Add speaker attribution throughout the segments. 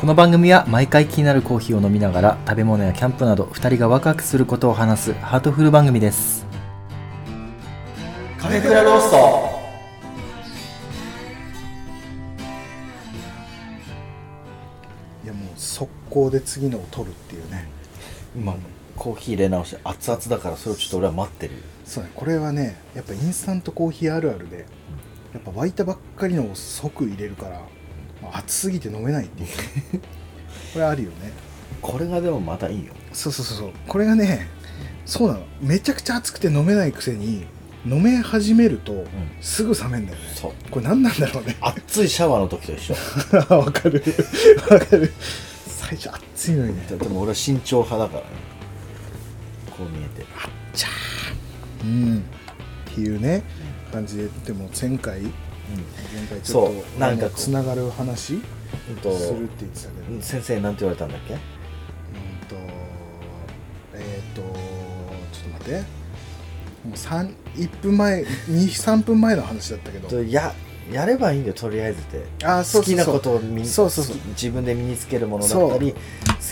Speaker 1: この番組は毎回気になるコーヒーを飲みながら食べ物やキャンプなど2人がワクワクすることを話すハートフル番組です
Speaker 2: カフェクラローストいやもう速攻で次のを取るっていうね
Speaker 3: 今コーヒー入れ直して熱々だからそれをちょっと俺は待ってる
Speaker 2: そうねこれはねやっぱインスタントコーヒーあるあるでやっぱ沸いたばっかりのを即入れるから、まあ熱すぎて飲めない っていうねこれあるよね
Speaker 3: これがでもまたいいよ
Speaker 2: そうそうそうそうこれがねそうなのめちゃくちゃ熱くて飲めないくせに飲め始めるとすぐ冷めんだよね、
Speaker 3: そう
Speaker 2: これ何なんだろうね
Speaker 3: 熱いシャワーの時と一緒
Speaker 2: あ わかるわかる最初熱いのにね
Speaker 3: ででも俺は慎重派だからねこう見えて
Speaker 2: うんっていうね感じででも前回前回ちょっ
Speaker 3: そう
Speaker 2: と
Speaker 3: な
Speaker 2: なんん
Speaker 3: か
Speaker 2: かつながる話
Speaker 3: うん
Speaker 2: す
Speaker 3: と
Speaker 2: るって言ってたけどうん
Speaker 3: 先生なんて言われたんだっけ
Speaker 2: とえっ、とちょっと待ってもう三一分前23分前の話だったけど
Speaker 3: とややればいいんだよとりあえずって
Speaker 2: あーそうそうそう
Speaker 3: 好きなことを身に
Speaker 2: そうそうそう
Speaker 3: 好き自分で身につけるものだったり好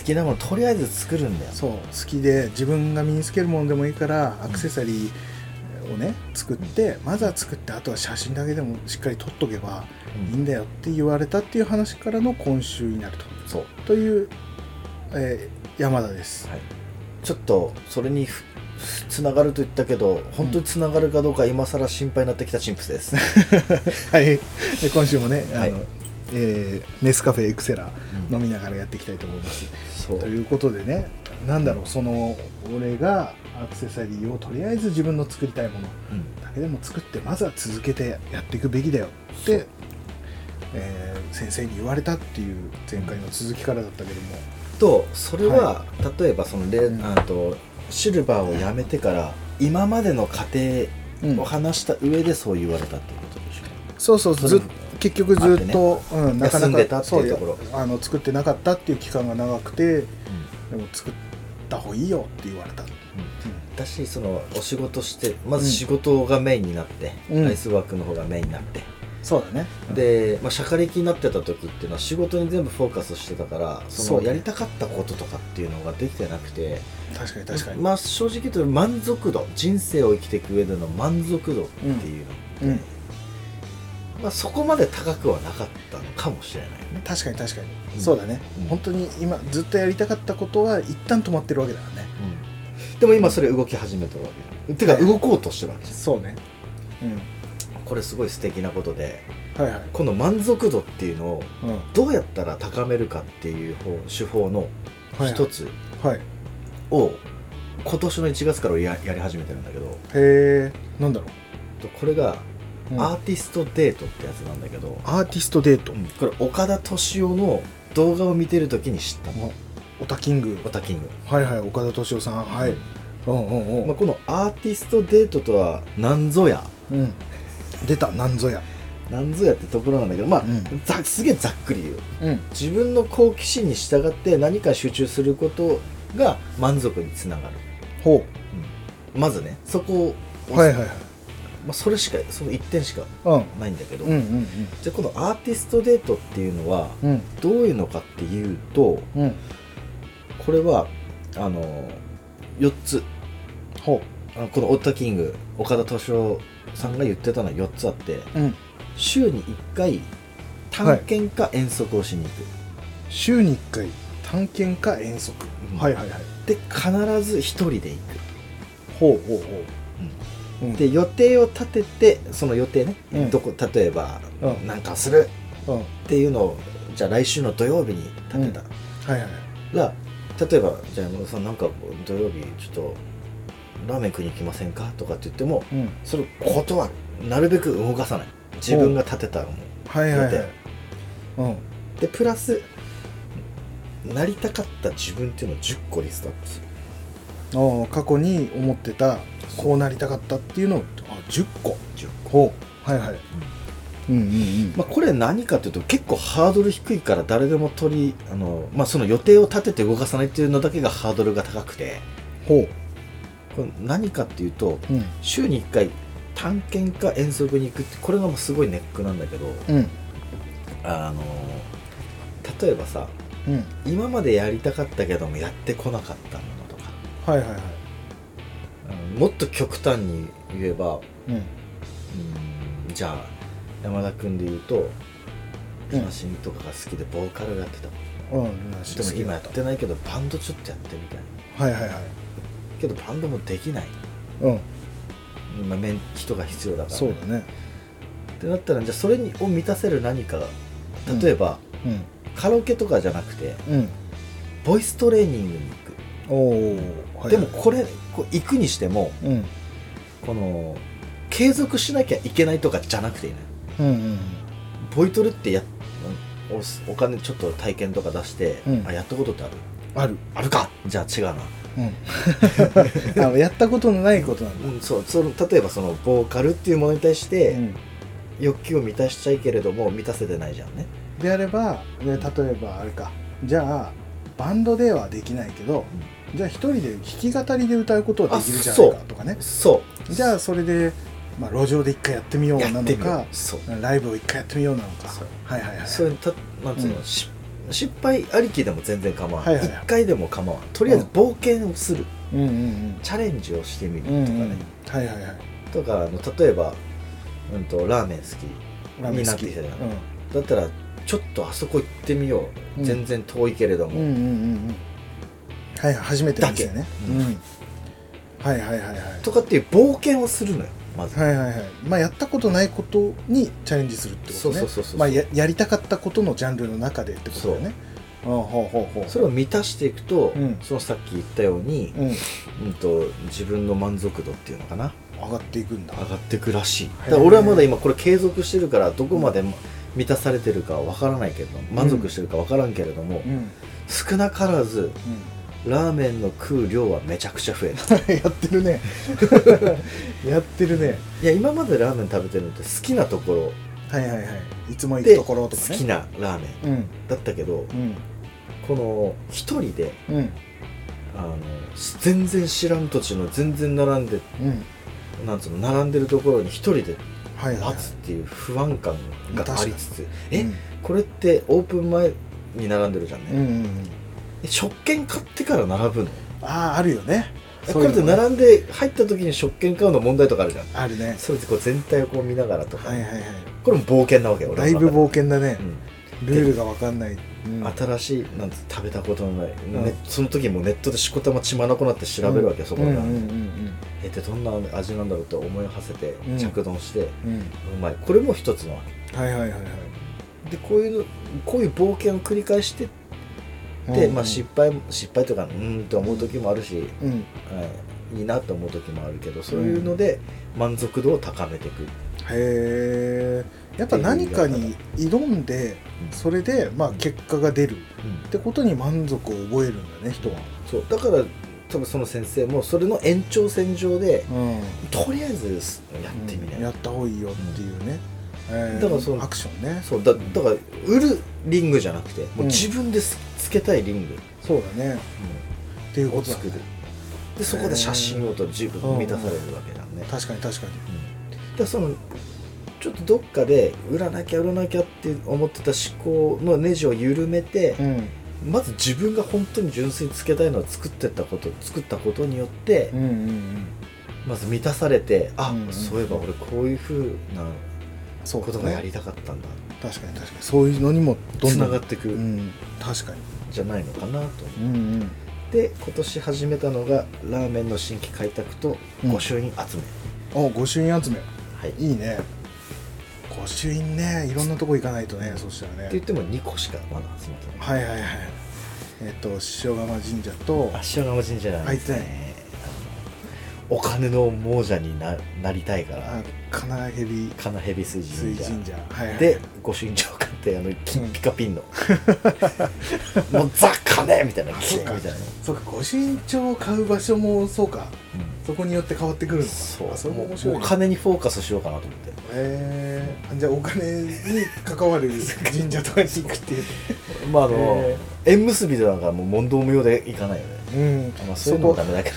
Speaker 3: きなものとりあえず作るんだよ
Speaker 2: そう好きで自分が身につけるものでもいいからアクセサリーをね作ってまずは作ってあとは写真だけでもしっかり撮っとけば
Speaker 3: うん
Speaker 2: いいんだよって言われたっていう話からの今週になると。
Speaker 3: そう
Speaker 2: という、えー山田 です。
Speaker 3: はい、ちょっとそれにふつながると言ったけど本当につながるかどうか今更心配になってきたチンプスです、
Speaker 2: はい、で今週もね、
Speaker 3: はい
Speaker 2: あのえーネスカフェエクセラ
Speaker 3: うん
Speaker 2: 飲みながらやっていきたいと思います。
Speaker 3: そう
Speaker 2: ということでね、なんだろう、その俺がアクセサリーをとりあえず自分の作りたいもの
Speaker 3: うん
Speaker 2: だけでも作って、まずは続けてやっていくべきだよって、えー先生に言われたっていう前回の続きからだったけども、
Speaker 3: とそれは、例えばそのレ、
Speaker 2: うん
Speaker 3: あとシルバーをやめてから今までの過程を話した上でそう言われたっていうことでしょ、
Speaker 2: そうそうそ
Speaker 3: そ
Speaker 2: うず
Speaker 3: れ
Speaker 2: っ結局ずっと、うん、なか
Speaker 3: 休んで
Speaker 2: な
Speaker 3: た
Speaker 2: か
Speaker 3: っていうところ
Speaker 2: そうあの作ってなかったっていう期間が長くてで
Speaker 3: うん
Speaker 2: も作った方がいいよって言われた、
Speaker 3: 私そのお仕事してまず仕事がメインになって、
Speaker 2: うん
Speaker 3: アイスワークの方がメインになって、
Speaker 2: そうだねで
Speaker 3: で、まあ、しゃかりきになってた時っていうのは仕事に全部フォーカスしてたからそ
Speaker 2: そう
Speaker 3: の
Speaker 2: ね
Speaker 3: やりたかったこととかっていうのができてなくて
Speaker 2: 確かに確かに、
Speaker 3: まあ正直言うと満足度人生を生きていく上での満足度っていうの、
Speaker 2: うん、
Speaker 3: まあ、そこまで高くはなかったのかもしれないね
Speaker 2: 確かに確かに、
Speaker 3: うん
Speaker 2: そうだね、
Speaker 3: うん
Speaker 2: 本当に今ずっとやりたかったことは一旦止まってるわけだからね
Speaker 3: でも今それ動き始めてるわけてか
Speaker 2: はい
Speaker 3: 動こうとしてるわけです
Speaker 2: そうねうん
Speaker 3: これすごい素敵なことで
Speaker 2: はいはい
Speaker 3: この満足度っていうのを
Speaker 2: うん
Speaker 3: どうやったら高めるかっていう方手法の
Speaker 2: はい
Speaker 3: 一つ
Speaker 2: はいへ
Speaker 3: を今年の1月からややり始めてるんだけど
Speaker 2: えんだろ
Speaker 3: これが
Speaker 2: う、うん
Speaker 3: アーティストデートってやつなんだけど、
Speaker 2: アーティストデート、
Speaker 3: これ岡田敏夫の動画を見てる時に知ったの
Speaker 2: オタキング
Speaker 3: オタキング、
Speaker 2: はいはい岡田敏夫さんはい、うんうんうん
Speaker 3: まあ、このアーティストデートとは何ぞや
Speaker 2: うん、出たなんぞや、
Speaker 3: 何ぞやってところなんだけどまあ、
Speaker 2: うん
Speaker 3: ざすげえざっくり言う
Speaker 2: うん、
Speaker 3: 自分の好奇心に従って何か集中することが満足につながる、
Speaker 2: ほ
Speaker 3: まずねそこ
Speaker 2: う
Speaker 3: を、
Speaker 2: はいはいはい
Speaker 3: まあ、それしかその1点しか
Speaker 2: うん
Speaker 3: ないんだけど、
Speaker 2: うん
Speaker 3: じゃあこのアーティストデートっていうのは
Speaker 2: うんうん
Speaker 3: どういうのかっていうと
Speaker 2: うん
Speaker 3: これはあの4つ
Speaker 2: ほ
Speaker 3: あのこのオッタキング岡田敏夫さんが言ってたのは4つあって
Speaker 2: う、うん、
Speaker 3: 週に1回探検か遠足をしに行く、
Speaker 2: 週に1回探検か遠足、
Speaker 3: うん
Speaker 2: はいはいはい
Speaker 3: で必ず1人で行
Speaker 2: ほうほうほう、うん
Speaker 3: くで予定を立ててその予定ね、
Speaker 2: うん
Speaker 3: どこ例えば、
Speaker 2: うん
Speaker 3: なんかする
Speaker 2: うんはい
Speaker 3: っていうのをじゃあ来週の土曜日に立てた
Speaker 2: はいはい
Speaker 3: ら、例えばじゃあもうそのなんか土曜日ちょっとラーメン食いに行きませんかとかって言っても
Speaker 2: うん
Speaker 3: それを断るなるべく動かさない自分が立てたもの
Speaker 2: はいはい
Speaker 3: だ
Speaker 2: は
Speaker 3: っ
Speaker 2: いうん
Speaker 3: でプラスなりたかった自分っていうのを10個リストアップする
Speaker 2: ああ過去に思ってたこうなりたかったっていうのをあ10個
Speaker 3: 10
Speaker 2: ほうはいはい、うん、うんうん
Speaker 3: まあ、これ何かというと結構ハードル低いから誰でも取りあの、まあ、その予定を立てて動かさないっていうのだけがハードルが高くて
Speaker 2: ほ
Speaker 3: これ何かっていうと
Speaker 2: ううん
Speaker 3: 週に1回探検か遠足に行くってこれがもうすごいネックなんだけど
Speaker 2: うん
Speaker 3: あの例えばさ
Speaker 2: うん
Speaker 3: 今までやりたかったけどもやってこなかったものとか
Speaker 2: はいはいはい
Speaker 3: うんもっと極端に言えば
Speaker 2: うん
Speaker 3: うんじゃあ山田君で言うと
Speaker 2: うん
Speaker 3: マシンとかが好きでボーカルやってた、
Speaker 2: うんルナシー
Speaker 3: でも
Speaker 2: 好き
Speaker 3: 今
Speaker 2: だ
Speaker 3: や
Speaker 2: っ
Speaker 3: ったてないけどバンドちょっとやってみたい
Speaker 2: はいはいはい
Speaker 3: けどバンドもできない、
Speaker 2: うん
Speaker 3: まあ、メン人が必要だから
Speaker 2: そうだね
Speaker 3: ってなったらじゃあそれを満たせる何かが例えば、カラオケとかじゃなくて
Speaker 2: うんうん
Speaker 3: ボイストレーニングに行く、
Speaker 2: おお、はいはい
Speaker 3: でもこれこう行くにしても
Speaker 2: うん
Speaker 3: この継続しなきゃいけないとかじゃなくていいのよ
Speaker 2: うんうん
Speaker 3: ボイトレってやおお金ちょっと体験とか出して、
Speaker 2: うん
Speaker 3: あやったことってある
Speaker 2: ある
Speaker 3: あるかじゃあ違うな、
Speaker 2: うん あのやったことのないことなんだ
Speaker 3: うん、そうその例えばそのボーカルっていうものに対して、
Speaker 2: うん
Speaker 3: 欲求を満たしちゃいけれども満たせてないじゃんね
Speaker 2: であればで例えばあれかじゃあバンドではできないけど、じゃあ一人で弾き語りで歌うことはできるじゃない
Speaker 3: あ
Speaker 2: か
Speaker 3: そう
Speaker 2: とかね
Speaker 3: そう
Speaker 2: じゃあそれで、まあ、路上で一回やってみよう
Speaker 3: や
Speaker 2: な
Speaker 3: っ
Speaker 2: の
Speaker 3: てみよ
Speaker 2: か
Speaker 3: うそう
Speaker 2: ライブを一回やってみようなのか
Speaker 3: そう
Speaker 2: はいはいはい
Speaker 3: それたなんつうの、
Speaker 2: うん
Speaker 3: し失敗ありきでも全然構わな、
Speaker 2: はいい
Speaker 3: 一
Speaker 2: はいはい
Speaker 3: 1回でも構わないとりあえず
Speaker 2: うん
Speaker 3: 冒険をする、
Speaker 2: うんうん
Speaker 3: チャレンジをしてみる
Speaker 2: う
Speaker 3: とか
Speaker 2: んうん
Speaker 3: ね、
Speaker 2: うんはいはいはい
Speaker 3: とかあの例えば、うん、とラーメン好き
Speaker 2: ラーメン好
Speaker 3: になって
Speaker 2: き
Speaker 3: きたじゃん
Speaker 2: う
Speaker 3: だったらちょっとあそこ行ってみよう、
Speaker 2: うん
Speaker 3: 全然遠いけれども、
Speaker 2: んうんうんうんうんはいはい初めての店ね
Speaker 3: だけう
Speaker 2: う
Speaker 3: ん
Speaker 2: んはいはいはいはい
Speaker 3: とかっていう冒険をするのよまず、
Speaker 2: はいはいはいまあやったことないことにチャレンジするってこと
Speaker 3: そう
Speaker 2: ね
Speaker 3: そうそうそう、
Speaker 2: まあ、ややりたかったことのジャンルの中でってことだよね。ああほうほうほう
Speaker 3: それを満たしていくと、
Speaker 2: うん
Speaker 3: そのさっき言ったように、
Speaker 2: うん、
Speaker 3: うん、と自分の満足度っていうのかな
Speaker 2: 上がっていくんだ。
Speaker 3: 上がっていくらしい
Speaker 2: へ
Speaker 3: だ
Speaker 2: ー
Speaker 3: から俺はまだ今これ継続してるからどこまで満たされてるかわからないけれども満足してるかわからんけれども、
Speaker 2: うんうん、
Speaker 3: 少なからずラーメンの食う量はめちゃくちゃ増えた
Speaker 2: やってるね。 やってるね。
Speaker 3: いや今までラーメン食べてるのって好きなとこ
Speaker 2: はいはいはい。いつも
Speaker 3: ろ
Speaker 2: 行く
Speaker 3: で
Speaker 2: ところ
Speaker 3: 好
Speaker 2: とか
Speaker 3: き
Speaker 2: ね。
Speaker 3: なラーメン
Speaker 2: うん
Speaker 3: だったけど
Speaker 2: うん
Speaker 3: この一人で
Speaker 2: うん
Speaker 3: あの全然知らん土地の全然並んで
Speaker 2: うん。
Speaker 3: なんつうの並んでるところに一人で
Speaker 2: はいはいはい
Speaker 3: 待つっていう不安感がありつつえ、
Speaker 2: うん
Speaker 3: これってオープン前に並んでるじゃんね、
Speaker 2: うんうんうん。
Speaker 3: え食券買ってから並ぶの
Speaker 2: あああるよね。
Speaker 3: え
Speaker 2: そ
Speaker 3: こ
Speaker 2: うい
Speaker 3: れ
Speaker 2: う
Speaker 3: って
Speaker 2: のね
Speaker 3: 並んで入った時に食券買うの問題とかあるじゃん
Speaker 2: あるね。
Speaker 3: それでこう全体をこう見ながらとか、
Speaker 2: はいはいはい。
Speaker 3: これも冒険なわけ俺
Speaker 2: だいぶ冒険だね。
Speaker 3: 険、
Speaker 2: ルールがわかんない。うん
Speaker 3: うん、新しいなんて食べたことのない、
Speaker 2: ん
Speaker 3: ねその時もうネットでしこたま血まなこなって調べるわけよ、そこで、
Speaker 2: うんうんうん
Speaker 3: えでどんな味なんだろうと思いを馳せて
Speaker 2: ん
Speaker 3: 着丼して、
Speaker 2: うん
Speaker 3: うまいこれも一つのわ
Speaker 2: うん。はいはいはいはい。
Speaker 3: けでこういうのこういう冒険を繰り返してって、
Speaker 2: うん
Speaker 3: まあ、失敗も失敗とかうーんと思う時もあるし、
Speaker 2: うん。
Speaker 3: はいいいなと思う時もあるけどそういうので満足度を高めていく、
Speaker 2: へえやっぱ何かに挑んでそれでまあ結果が出るってことに満足を覚えるんだね人は、
Speaker 3: そうだから多分その先生もそれの延長線上で
Speaker 2: うん、
Speaker 3: とりあえずやってみない、
Speaker 2: やった方がいいよっていうね、えー
Speaker 3: だからその
Speaker 2: アクションね
Speaker 3: そうだだから売るリングじゃなくてもううん自分ですつけたいリング
Speaker 2: そうだねっていうこ
Speaker 3: を
Speaker 2: とだ
Speaker 3: 作
Speaker 2: ね
Speaker 3: るでそこで写真を撮る自分満たされるわけだね、だか
Speaker 2: 確かに確かに
Speaker 3: らそのちょっとどっかで売らなきゃ売らなきゃって思ってた思考のネジを緩めて、
Speaker 2: うん
Speaker 3: まず自分が本当に純粋につけたいのを作ってったこと作ったことによって、
Speaker 2: うんうんうん
Speaker 3: まず満たされてあ、
Speaker 2: うんうん
Speaker 3: そういえば俺こういうふうな
Speaker 2: そう
Speaker 3: こ
Speaker 2: だ
Speaker 3: とがや
Speaker 2: ね
Speaker 3: りたかったんだ
Speaker 2: 確かに確かにそういうのにもど
Speaker 3: つ
Speaker 2: んど
Speaker 3: なんがってく
Speaker 2: う
Speaker 3: るん
Speaker 2: ん確かに
Speaker 3: じゃないのかなと思
Speaker 2: うんうん
Speaker 3: って今年始めたのがラーメンの新規開拓と
Speaker 2: うん
Speaker 3: 御朱印集め、
Speaker 2: お御朱印集め
Speaker 3: はい、って
Speaker 2: いいね御朱印ねいろんなとこ行かないとねそしたらね
Speaker 3: 言っても2個しかまだ集めてない、
Speaker 2: はいはいはいえっ、と塩釜神社と
Speaker 3: あ塩釜神社なんです
Speaker 2: 入ってな
Speaker 3: ねあのお金の亡者にななりたいか
Speaker 2: あ
Speaker 3: ら
Speaker 2: 金蛇
Speaker 3: 金蛇水神
Speaker 2: 水
Speaker 3: 社
Speaker 2: 神社はいはい
Speaker 3: で御朱印帳買ってあの金
Speaker 2: うん
Speaker 3: ピカピンの、 もうザ・金みたいな
Speaker 2: あ
Speaker 3: 金
Speaker 2: そう
Speaker 3: みた
Speaker 2: か
Speaker 3: いな、
Speaker 2: そうか御朱印帳を買う場所もそうかそこによって変わってくるのか
Speaker 3: そう
Speaker 2: あそれも
Speaker 3: も
Speaker 2: 面
Speaker 3: う
Speaker 2: 白い
Speaker 3: お
Speaker 2: ね
Speaker 3: 金にフォーカスしようかなと思って
Speaker 2: えー、じゃあお金に関わる神社とかに行くっていう
Speaker 3: まああの、
Speaker 2: へ
Speaker 3: 縁結びでなんかもう問答無用でいかないよね、
Speaker 2: うん
Speaker 3: まあ、そう
Speaker 2: そ
Speaker 3: いうのも
Speaker 2: こ
Speaker 3: ダメだけ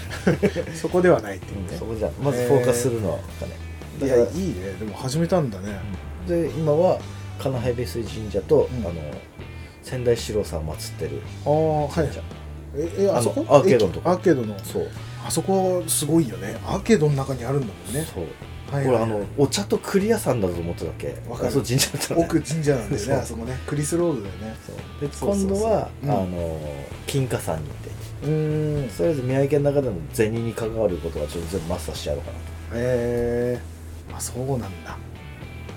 Speaker 3: ど、
Speaker 2: そこではないっていう
Speaker 3: うん
Speaker 2: ね
Speaker 3: そこじゃまずフォーカスするのはお金、
Speaker 2: い
Speaker 3: だから
Speaker 2: やいいねでも始めたんだね
Speaker 3: で今は金蛇水神社と、
Speaker 2: うん
Speaker 3: あの仙台四郎さんを祀ってる
Speaker 2: ああはい
Speaker 3: 神社
Speaker 2: ええあそこ
Speaker 3: あのアーケードのとこ
Speaker 2: 駅アーケードの
Speaker 3: そう
Speaker 2: あそこはすごいよねアーケードの中にあるんだもんね
Speaker 3: そう
Speaker 2: は
Speaker 3: 俺あのお茶と栗屋さんだと思ってたわけ
Speaker 2: わかる
Speaker 3: あそう神社だったのね
Speaker 2: 奥神社なんですね
Speaker 3: そう
Speaker 2: あそこねクリスロードだよね
Speaker 3: そうで
Speaker 2: そうそうそう
Speaker 3: 今度は
Speaker 2: うん
Speaker 3: あの金華山に行って
Speaker 2: うーん
Speaker 3: とりあえず宮城県の中でも銭に関わることはちょっと全部マスターしてやろうかなと
Speaker 2: ええあそうなんだ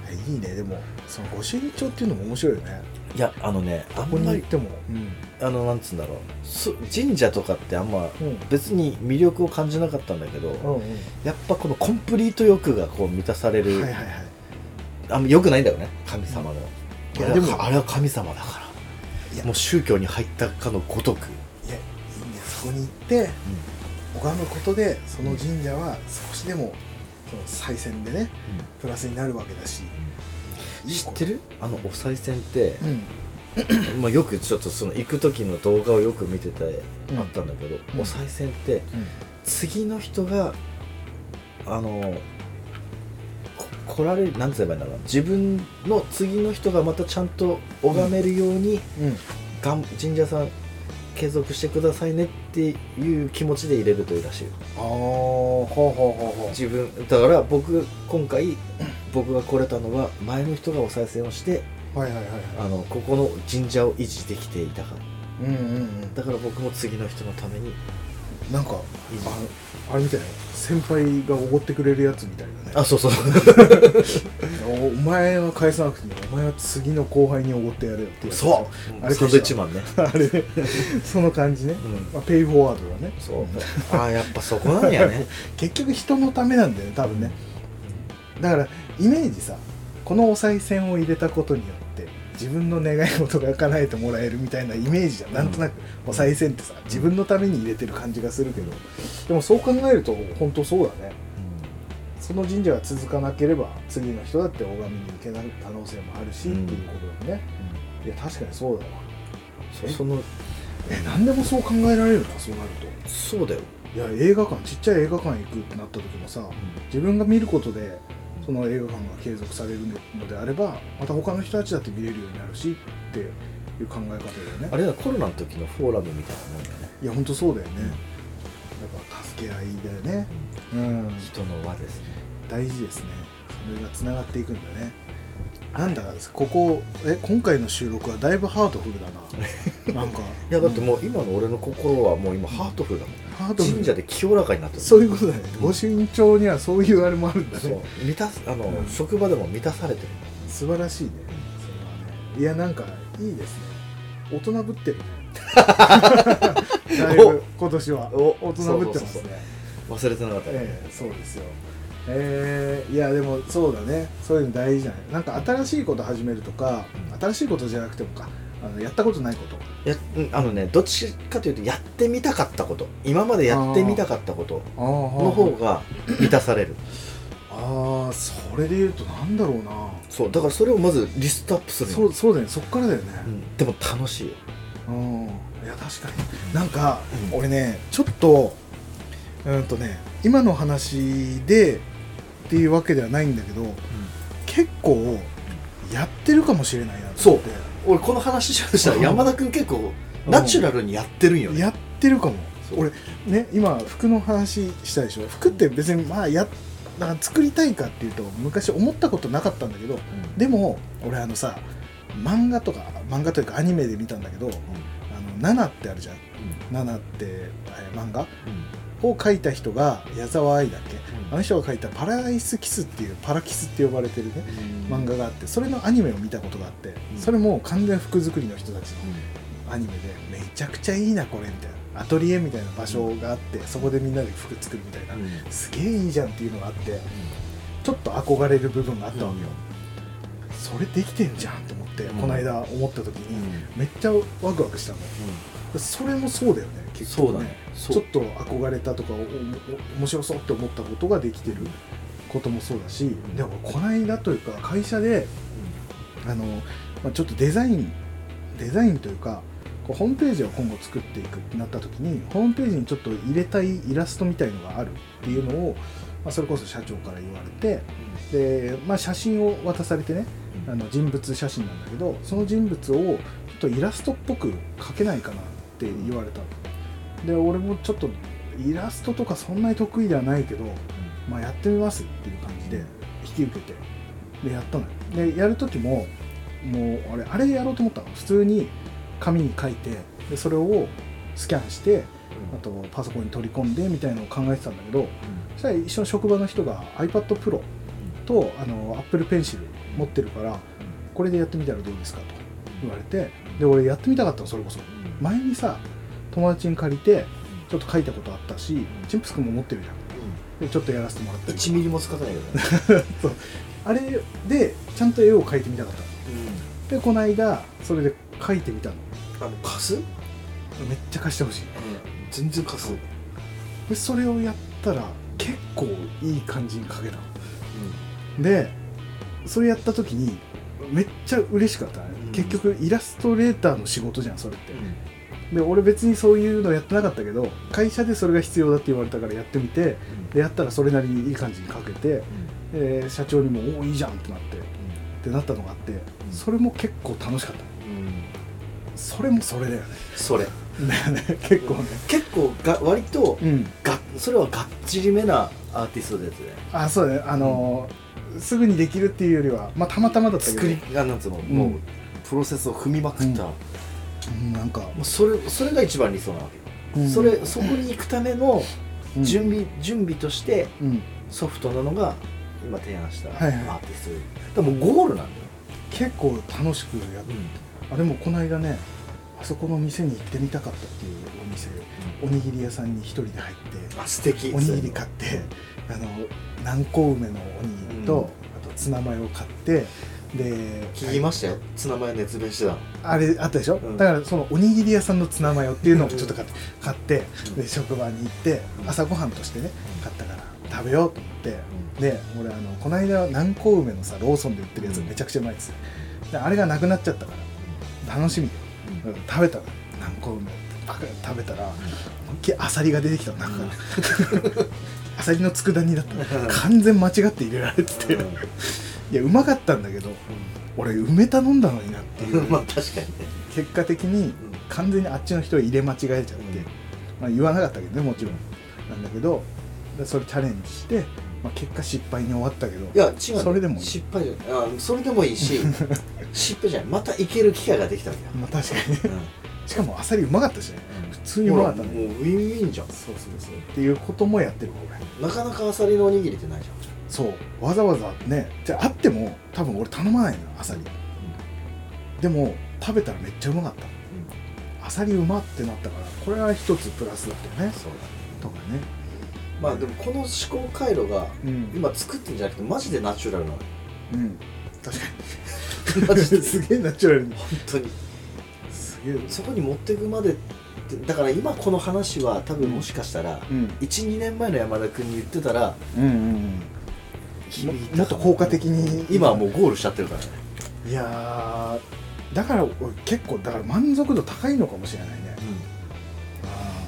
Speaker 2: えいいねでもその御朱印帳っていうのも面白いよね
Speaker 3: いやあのねあ
Speaker 2: ど
Speaker 3: ん
Speaker 2: こに
Speaker 3: ま
Speaker 2: 行っ
Speaker 3: り
Speaker 2: てもうん
Speaker 3: あのなんつうんだろうす神社とかってあんま
Speaker 2: うん
Speaker 3: 別に魅力を感じなかったんだけど、
Speaker 2: うん
Speaker 3: やっぱこのコンプリート欲がこう満たされ
Speaker 2: うん
Speaker 3: る、
Speaker 2: はいはいはい
Speaker 3: あんま良くないんだよね神様の、
Speaker 2: いや
Speaker 3: あれは
Speaker 2: でも
Speaker 3: あれは神様だか
Speaker 2: いや
Speaker 3: らもう宗教に入ったかのごとく、
Speaker 2: いやいいねそこに行って拝むことでその神社は少しでもその再選でねプラスになるわけだしいい
Speaker 3: 知
Speaker 2: こ
Speaker 3: っ
Speaker 2: と
Speaker 3: てるあのお賽銭って、
Speaker 2: うん
Speaker 3: まあ、よくちょっとその行く時の動画をよく見てて
Speaker 2: うん
Speaker 3: あったんだけど、
Speaker 2: うん
Speaker 3: お賽銭って次の人があのこ来られるなんて言えばいいんだろうな自分の次の人がまたちゃんと拝めるように、
Speaker 2: うんうん
Speaker 3: がん神社さん継続してくださいねっていう気持ちで入れるといいらしいよ
Speaker 2: ああほうほうほうほ
Speaker 3: 自分だから僕今回僕が来れたのは前の人がお賽銭をして
Speaker 2: うはいはいはいはい
Speaker 3: あのここの神社を維持できていたから
Speaker 2: うんうんうん
Speaker 3: だから僕も次の人のために
Speaker 2: なんか
Speaker 3: いいね
Speaker 2: あのあれみたいな先輩がおごってくれるやつみたいな
Speaker 3: あ
Speaker 2: ね
Speaker 3: そうそう
Speaker 2: おお前は返さなくてもお前は次の後輩におごってやれよってや つ
Speaker 3: そう
Speaker 2: あれ
Speaker 3: サンドイッチマンね、
Speaker 2: あれねその感じね、
Speaker 3: うん、
Speaker 2: まあ、ペイフォワードだね
Speaker 3: そうああやっぱそこなんや ね
Speaker 2: 結局人のためなんだよね多分ねだからイメージさこのお賽銭を入れたことによって自分の願い事が叶えてもらえるみたいなイメージじゃんなんとなくお賽銭ってさ自分のために入れてる感じがするけどでもそう考えると本当そうだねその神社が続かなければ次の人だって拝みに行けない可能性もあるし、
Speaker 3: うん
Speaker 2: っていうことだよねいや確かにそうだわ
Speaker 3: そその
Speaker 2: え何でもそう考えられるなそうなる
Speaker 3: そうだよ、
Speaker 2: といや映画館ちっちゃい映画館行くってなった時もさ自分が見ることでその映画館が継続されるのであればまた他の人たちだって見れるようになるしっていう考え方だよね
Speaker 3: あれだコロナの時のフォーラムみたいなもんだよね
Speaker 2: いやほんとそうだよねやっぱ助け合いだよねうん
Speaker 3: 人の輪ですね
Speaker 2: 大事ですねそれがつながっていくんだねなんだかですここえ今回の収録はだいぶハートフルだ ななんか
Speaker 3: いやだってもう今の俺の心はもう今ハートフルだもん、
Speaker 2: うんハートフル
Speaker 3: 神社で清らかになってる
Speaker 2: そういうことだね御朱印帳にはそういうあれもあるんだ
Speaker 3: そう
Speaker 2: ね
Speaker 3: 満たすあの、
Speaker 2: うん
Speaker 3: 職場でも満たされてる
Speaker 2: 素晴らしいねそれはねいやなんかいいですね大人ぶ ってるねだいぶ今年は
Speaker 3: お
Speaker 2: 大人ぶってます
Speaker 3: そうそうそう
Speaker 2: ね
Speaker 3: 忘れてなかったよ、
Speaker 2: ええそうですよええいやでもそうだねそういうの大事じゃないなんか新しいこと始めるとか新しいことじゃなくてもかあのやったことないこと
Speaker 3: やうんあのねどっちかというとやってみたかったこと今までやってみたかったことの
Speaker 2: の
Speaker 3: 方が満たされる
Speaker 2: ああそれで言うとなんだろうな
Speaker 3: そうだからそれをまずリストアップするの
Speaker 2: そうそうだよねそっからだよね
Speaker 3: うんでも楽しいよ
Speaker 2: うんいや確かになんか、
Speaker 3: うん
Speaker 2: 俺ねちょっとうんとね今の話でっていうわけではないんだけど結構やってるかもしれないなと思って
Speaker 3: 俺この話ししたら
Speaker 2: うん
Speaker 3: 山田君結構ナチュラルにやってるんよね
Speaker 2: やってるかも
Speaker 3: そう
Speaker 2: 俺ね今服の話したでしょ服って別にまあやなんか作りたいかっていうと昔思ったことなかったんだけどでも俺あのさ漫画とか漫画というかアニメで見たんだけど、あのナナってあるじゃんナナってえー漫画を書いた人が矢沢愛だっけあの人が書いた「パラダイスキス」っていうパラキスって呼ばれてるね漫画があってそれのアニメを見たことがあって
Speaker 3: うん
Speaker 2: それも完全服作りの人たちのアニメでめちゃくちゃいいなこれみたいなアトリエみたいな場所があってそこでみんなで服作るみたいなすげえいいじゃんっていうのがあってちょっと憧れる部分があったわけよそれできてんじゃんと思って
Speaker 3: うん
Speaker 2: この間思った時にめっちゃワクワクしたのそれもそうだよね結
Speaker 3: そう
Speaker 2: 構
Speaker 3: だ
Speaker 2: ね
Speaker 3: ね
Speaker 2: ち
Speaker 3: そ
Speaker 2: ょ
Speaker 3: う
Speaker 2: っと憧れたとかおおお面白そうって思ったことができてることもそうだしでもこないだというか会社であの、まあ、ちょっとデザインデザインというかこうホームページを今後作っていくってなった時にホームページにちょっと入れたいイラストみたいのがあるっていうのを、まあ、それこそ社長から言われてで、まあ、写真を渡されてねあの人物写真なんだけどその人物をちょっとイラストっぽく描けないかなって言われたので俺もちょっとイラストとかそんなに得意ではないけど、まあ、やってみますっていう感じで引き受けてでやったのよでやる時ももうあれあれやろうと思ったの普通に紙に書いてでそれをスキャンしてあとパソコンに取り込んでみたいなのを考えてたんだけどそしたら一緒の職場の人が iPadPro とあの Apple Pencil 持ってるからこれでやってみたらどうですかと言われてで俺やってみたかったのそれこそ前にさ友達に借りてちょっと書いたことあったしチンプス君も持ってるじゃんでちょっとやらせてもらったり
Speaker 3: 1ミリも使ってないよね、
Speaker 2: あれでちゃんと絵を描いてみたかったのでこの間それで描いてみたの
Speaker 3: あの貸す、
Speaker 2: めっちゃ貸してほしい
Speaker 3: 全然貸す、
Speaker 2: でそれをやったら結構いい感じに描けたのでそれやった時にめっちゃ嬉しかったね、
Speaker 3: うん
Speaker 2: 結局イラストレーターの仕事じゃんそれってで俺別にそういうのやってなかったけど会社でそれが必要だって言われたからやってみてでやったらそれなりにいい感じに描けて、えー社長にも「おおいいじゃん」ってなってってなったのがあってそれも結構楽しかったそれもそれ だよね
Speaker 3: それ
Speaker 2: だよね結構ね
Speaker 3: 結構が割と
Speaker 2: うん
Speaker 3: がそれはがっちりめなアーティストですね
Speaker 2: あそうだねあのーすぐにできるっていうよりはまあたまたまだったけど
Speaker 3: 作りがなんつうの、もう
Speaker 2: うん
Speaker 3: プロセスを踏みまくった、
Speaker 2: うん
Speaker 3: も
Speaker 2: うんなんか、
Speaker 3: うそれそれが一番理想なわけよ、
Speaker 2: うん
Speaker 3: それそこに行くための
Speaker 2: うん
Speaker 3: 準備、準備として
Speaker 2: うん
Speaker 3: ソフトなのが今提案したア
Speaker 2: はいはい
Speaker 3: ーティスト、でもうゴールなんだよ、
Speaker 2: 結構楽しくやっあでもこの間ねあそこの店に行ってみたかったっていうお店おにぎり屋さんに一人で入って
Speaker 3: あ素敵
Speaker 2: おにぎり買ってあの南高梅のおにぎりと、あとツナマヨを買ってで
Speaker 3: 聞きましたよツナマヨ熱弁してたの
Speaker 2: あれあったでしょ、
Speaker 3: うん
Speaker 2: だからそのおにぎり屋さんのツナマヨっていうのをちょっと買って買って
Speaker 3: うん
Speaker 2: で職場に行って
Speaker 3: うん
Speaker 2: 朝ごはんとしてね買ったから食べようと思ってで俺あのこの間南高梅のさローソンで売ってるやつめちゃくちゃうまいですであれがなくなっちゃったから楽しみでうん食べたら何個梅バカ食べたら思いっきりアサリが出てきたの中から、 アサリの佃煮だったの完全間違って入れられてて、
Speaker 3: う
Speaker 2: い
Speaker 3: ん
Speaker 2: やうまかったんだけど俺梅頼んだのになっていう
Speaker 3: まあ確かにね、
Speaker 2: 結果的に完全にあっちの人を入れ間違えちゃって、
Speaker 3: うん
Speaker 2: まあ、言わなかったけどねもちろんなんだけどでそれチャレンジして、まあ、結果失敗に終わったけど
Speaker 3: いや違うの
Speaker 2: それでもいい
Speaker 3: 失敗じゃないあそれでもいい し失敗じゃないまた行ける機会ができたんだよ
Speaker 2: まあ、確かにね
Speaker 3: うん
Speaker 2: しかもアサリうまかったしね普通にう
Speaker 3: ほ
Speaker 2: まからっ
Speaker 3: も
Speaker 2: た
Speaker 3: うウ
Speaker 2: ね
Speaker 3: ィンウィンじゃん
Speaker 2: そうそうそうっていうこともやってるわ俺
Speaker 3: なかなかアサリのおにぎりってないじゃ
Speaker 2: そうわざわざねじゃああっても多分俺頼まないのアサリでも食べたらめっちゃうまかった
Speaker 3: ん、
Speaker 2: アサリうまってなったからこれは一つプラスだったよね
Speaker 3: そうだね
Speaker 2: とかね
Speaker 3: まあでもこの思考回路が
Speaker 2: うん、
Speaker 3: 今作ってんじゃなくてマジでナチュラルなのよ
Speaker 2: うん、確か
Speaker 3: マジ
Speaker 2: に
Speaker 3: です
Speaker 2: げえナチュラルに
Speaker 3: 本当に
Speaker 2: すげえ
Speaker 3: そこに持っていくまでってだから今この話は多分もしかしたら、
Speaker 2: うん
Speaker 3: 12年前の山田君に言ってたら
Speaker 2: うんうん
Speaker 3: 響いたか
Speaker 2: も
Speaker 3: な
Speaker 2: もっと効果的に
Speaker 3: 今はもうゴールしちゃってるからね
Speaker 2: いやーだから俺結構だから満足度高いのかもしれないねあ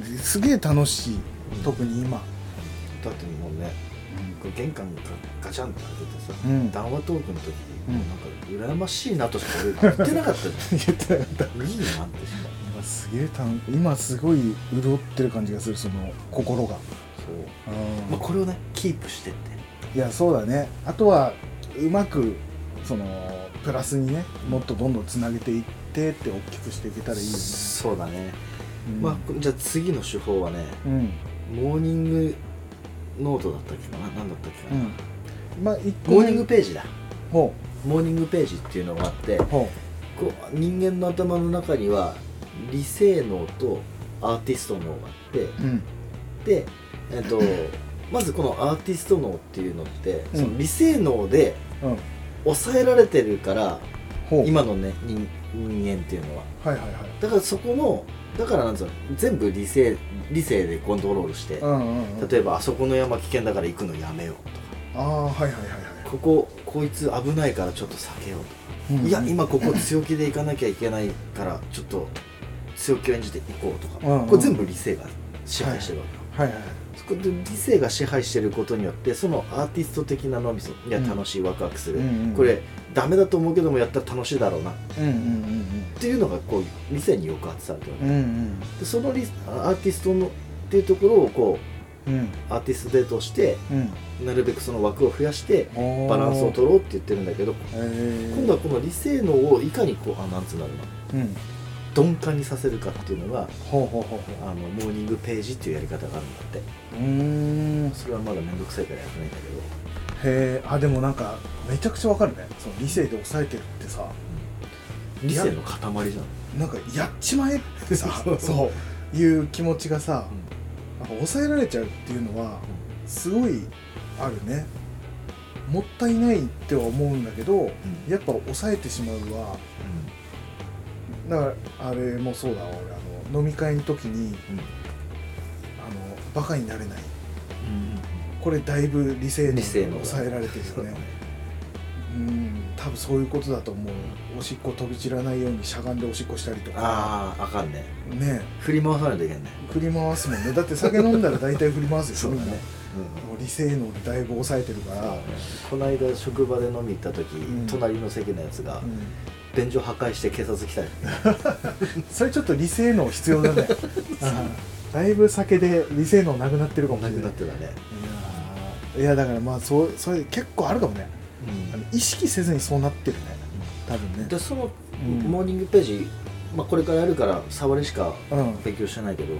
Speaker 2: ーですげえ楽しい特に今
Speaker 3: だってもうねこう玄関がガチャンって開けてさ、
Speaker 2: うん
Speaker 3: 談話トークの時
Speaker 2: うん
Speaker 3: に、なんか羨ましいなとしか俺言ってなかったじ
Speaker 2: 言ってなかった
Speaker 3: ゃんいいなってし
Speaker 2: 今すげえたん今すごい潤ってる感じがするその心が、
Speaker 3: そう、
Speaker 2: うん
Speaker 3: まあ、これをねキープしてって
Speaker 2: いやそうだねあとはうまくそのプラスにねもっとどんどんつなげていってって大きくしていけたらいいよね、
Speaker 3: そうだね、
Speaker 2: うん、
Speaker 3: まあじゃあ次の手法はね
Speaker 2: うん
Speaker 3: モーニングノートだったっけかな何だったっけか
Speaker 2: う
Speaker 3: な、
Speaker 2: んまあ一
Speaker 3: モーニングページだ
Speaker 2: ほ
Speaker 3: モーニングページっていうのがあって
Speaker 2: うほ
Speaker 3: こう人間の頭の中には理性能とアーティスト脳があって
Speaker 2: ううん
Speaker 3: で、え っとまずこのアーティスト脳っていうのって、
Speaker 2: うん
Speaker 3: その理性脳で
Speaker 2: うん
Speaker 3: 抑えられてるから
Speaker 2: ほう
Speaker 3: 今のね人人間っていうのは
Speaker 2: はいはいはい
Speaker 3: だからそこのだからなんつうの全部理性理性でコントロールして、
Speaker 2: うんうんうん
Speaker 3: 例えばあそこの山危険だから行くのやめようとか
Speaker 2: ああはいはいはいは
Speaker 3: こここいつ危ないからちょっと避けようとか、
Speaker 2: い、うん
Speaker 3: いや今ここ強気で行かなきゃいけないからちょっと強気を演じて行こうとか、
Speaker 2: うんうん
Speaker 3: これ全部理性が支配してるわけよ、
Speaker 2: はいはい
Speaker 3: そこで理性が支配してることによってそのアーティスト的な脳みそいや
Speaker 2: うん
Speaker 3: 楽しい、ワクワクする、
Speaker 2: うんうん
Speaker 3: これダメだと思うけどもやったら楽しいだろうなっ
Speaker 2: うんうん
Speaker 3: ていうのがこう理性に抑圧されてるわ
Speaker 2: う
Speaker 3: け
Speaker 2: んうんうん
Speaker 3: でそのリアーティストのっていうところをこ
Speaker 2: うん
Speaker 3: うアーティストデートして
Speaker 2: うん
Speaker 3: なるべくその枠を増やして
Speaker 2: うん
Speaker 3: バランスを取ろうって言ってるんだけど
Speaker 2: えー
Speaker 3: 今度はこの理性のをいかにこうあなんつうんだろうな
Speaker 2: うん
Speaker 3: 鈍感にさせるかっていうのが
Speaker 2: ほうほうほうほ
Speaker 3: あのモーニングページっていうやり方があるんだって
Speaker 2: ううーんへ
Speaker 3: それはまだ面倒くさいからやってないんだけど
Speaker 2: えあでもなんかめちゃくちゃわかるねその理性で抑えてるってさ
Speaker 3: 理性の塊じゃん
Speaker 2: なんかやっちまえってさ
Speaker 3: そう
Speaker 2: そういう気持ちがさ、なんか抑えられちゃうっていうのはすごいあるねもったいないっては思うんだけどやっぱ抑えてしまうはだからあれもそうだわ俺あの飲み会の時にあのバカになれないこれだいぶ理性に
Speaker 3: 理性の
Speaker 2: 抑えられてるよねうん多分そういうことだと思うおしっこ飛び散らないようにしゃがんでおしっこしたりとか
Speaker 3: あああかんね
Speaker 2: ね
Speaker 3: 振り回さないといけんね
Speaker 2: 振り回すもんねだって酒飲んだら大体振り回すでし
Speaker 3: そ
Speaker 2: ょ
Speaker 3: う
Speaker 2: みん
Speaker 3: だ
Speaker 2: な
Speaker 3: ね
Speaker 2: もう理性能でだいぶ抑えてるから
Speaker 3: この間職場で飲み行った時
Speaker 2: うん
Speaker 3: 隣の席のやつが
Speaker 2: うん
Speaker 3: 便所破壊して警察来たよ
Speaker 2: それちょっと理性能必要だ ねうんだいぶ酒で理性能なくなってるかもしれ
Speaker 3: なく
Speaker 2: ない
Speaker 3: なってたね
Speaker 2: いやーいやだからまあそうそれ結構あるかもねあの意識せずにそうなってるね多分ね
Speaker 3: でその
Speaker 2: うん
Speaker 3: モーニングページまあこれからやるから触りしか
Speaker 2: うんうん
Speaker 3: 勉強してないけど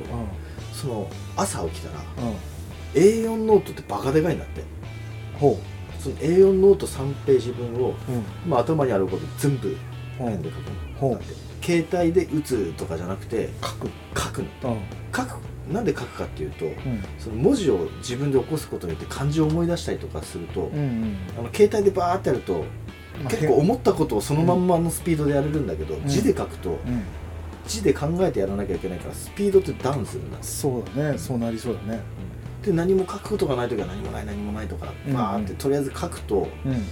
Speaker 3: その朝起きたら
Speaker 2: うん
Speaker 3: A4 ノートってバカでかいんだって
Speaker 2: ほ
Speaker 3: その A4 ノート3ページ分を、
Speaker 2: ううん
Speaker 3: まあ、頭にあること全部
Speaker 2: う
Speaker 3: ペンで
Speaker 2: ん
Speaker 3: 書く
Speaker 2: ほ
Speaker 3: の、
Speaker 2: う
Speaker 3: だって携帯で打つとかじゃなくて
Speaker 2: 書く
Speaker 3: 書くの
Speaker 2: うん
Speaker 3: 書くなんで書くかっていうと
Speaker 2: うん
Speaker 3: その文字を自分で起こすことによって漢字を思い出したりとかすると、
Speaker 2: うん
Speaker 3: あの携帯でバーってやると
Speaker 2: まあ
Speaker 3: 結構思ったことをそのまんまのスピードでやれるんだけど、
Speaker 2: ん
Speaker 3: 字で書くと
Speaker 2: うん
Speaker 3: 字で考えてやらなきゃいけないからスピードってダウンするんだ
Speaker 2: そうだねそうなりそうだね
Speaker 3: で何も書くことがない時は何もない何もないとか
Speaker 2: うん
Speaker 3: バーってとりあえず書くと、
Speaker 2: うん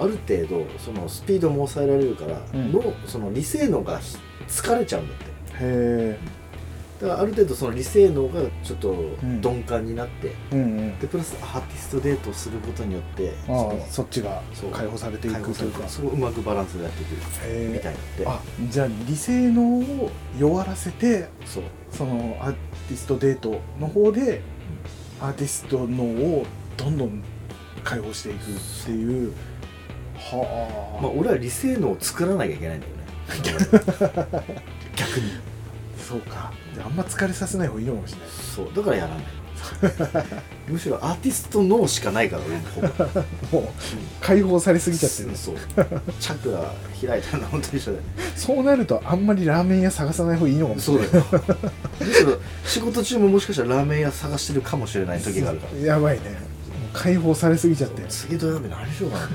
Speaker 3: ある程度そのスピードも抑えられるから、
Speaker 2: うん
Speaker 3: 脳その理性脳が疲れちゃうんだって
Speaker 2: へ
Speaker 3: だからある程度その理性脳がちょっと
Speaker 2: ん
Speaker 3: 鈍感になって、
Speaker 2: えうんうん
Speaker 3: でプラスアーティストデートをすることによってそ
Speaker 2: あ
Speaker 3: の
Speaker 2: あそっちが
Speaker 3: そう
Speaker 2: 解放されてい
Speaker 3: 解放
Speaker 2: く
Speaker 3: さ
Speaker 2: と
Speaker 3: れ
Speaker 2: いう
Speaker 3: て
Speaker 2: か
Speaker 3: それをうまくバランスでやっていくみ
Speaker 2: へ
Speaker 3: たいなって
Speaker 2: えあじゃあ理性能を弱らせて
Speaker 3: そう
Speaker 2: そのアーティストデートの方でアーティストのをどんどん解放していくっていうはあ、
Speaker 3: まあ俺は理性脳を作らなきゃいけないんだよね 逆に
Speaker 2: そうかじゃああんま疲れさせない方がいいのかもしれない
Speaker 3: そうだからやらないむしろアーティスト脳しかないから俺もほぼ
Speaker 2: もう解放されすぎちゃってる
Speaker 3: そうチャクラ開いたの本当に一緒だよね
Speaker 2: そうなるとあんまりラーメン屋探さない方がいいのかもし
Speaker 3: そう
Speaker 2: れな
Speaker 3: だ
Speaker 2: い
Speaker 3: よむしろ仕事中ももしかしたらラーメン屋探してるかもしれない時があるから
Speaker 2: やばいねもう解放されすぎちゃって
Speaker 3: 次土曜日何しようかな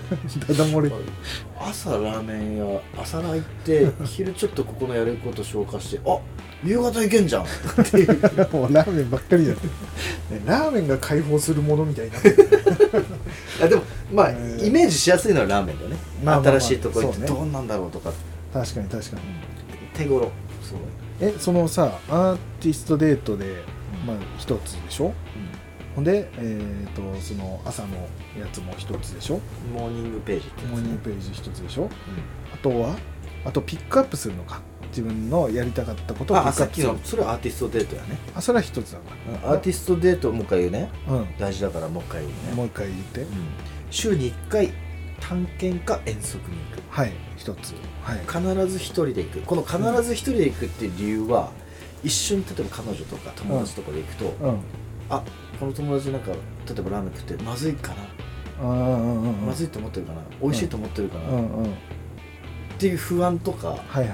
Speaker 2: ダダ漏 れ
Speaker 3: 朝ラーメン屋朝ラー行 って昼ちょっとここのやること消化してあ夕方行けんじゃんって いう
Speaker 2: もうラーメンばっかりじ ゃん、ね、ラーメンが解放するものみたいになってる
Speaker 3: あでもまあ
Speaker 2: うん
Speaker 3: イメージしやすいのはラーメンだね、
Speaker 2: まあまあまあ
Speaker 3: 新しいとこ行っ
Speaker 2: そ
Speaker 3: て
Speaker 2: うね
Speaker 3: どうなんだろうとか
Speaker 2: 確かに確かに
Speaker 3: 手頃そうだね
Speaker 2: えそのさアーティストデートでまあ一つでしょほんで、えー、とその朝のやつも一つでしょ
Speaker 3: うんモーニングページってやつ
Speaker 2: モーニング
Speaker 3: ね
Speaker 2: ページ一つでしょあとはあとピックアップするのか自分のやりたかったことを
Speaker 3: うん
Speaker 2: ピ
Speaker 3: あ
Speaker 2: ック
Speaker 3: さっ
Speaker 2: アップ
Speaker 3: き
Speaker 2: する
Speaker 3: のそれはアーティストデートやね
Speaker 2: あそれは一つだか
Speaker 3: アーティストデートもう一回言うね
Speaker 2: らうん
Speaker 3: 大事だからもう一回言うね
Speaker 2: もう一回言って
Speaker 3: 週に1回探検か遠足に行く
Speaker 2: はい一つはい
Speaker 3: 必ず一人で行くこの必ず一人で行くっていう理由は、一緒に例えば彼女とか友達とかで行くと、
Speaker 2: うん
Speaker 3: あこの友達なんか例えばラーメン食ってまずいかな、
Speaker 2: うんうんうんうん
Speaker 3: まずいと思ってるかな美味しいと思ってるかな、
Speaker 2: う
Speaker 3: っ
Speaker 2: んうんはい
Speaker 3: ていう不安とか
Speaker 2: はいはい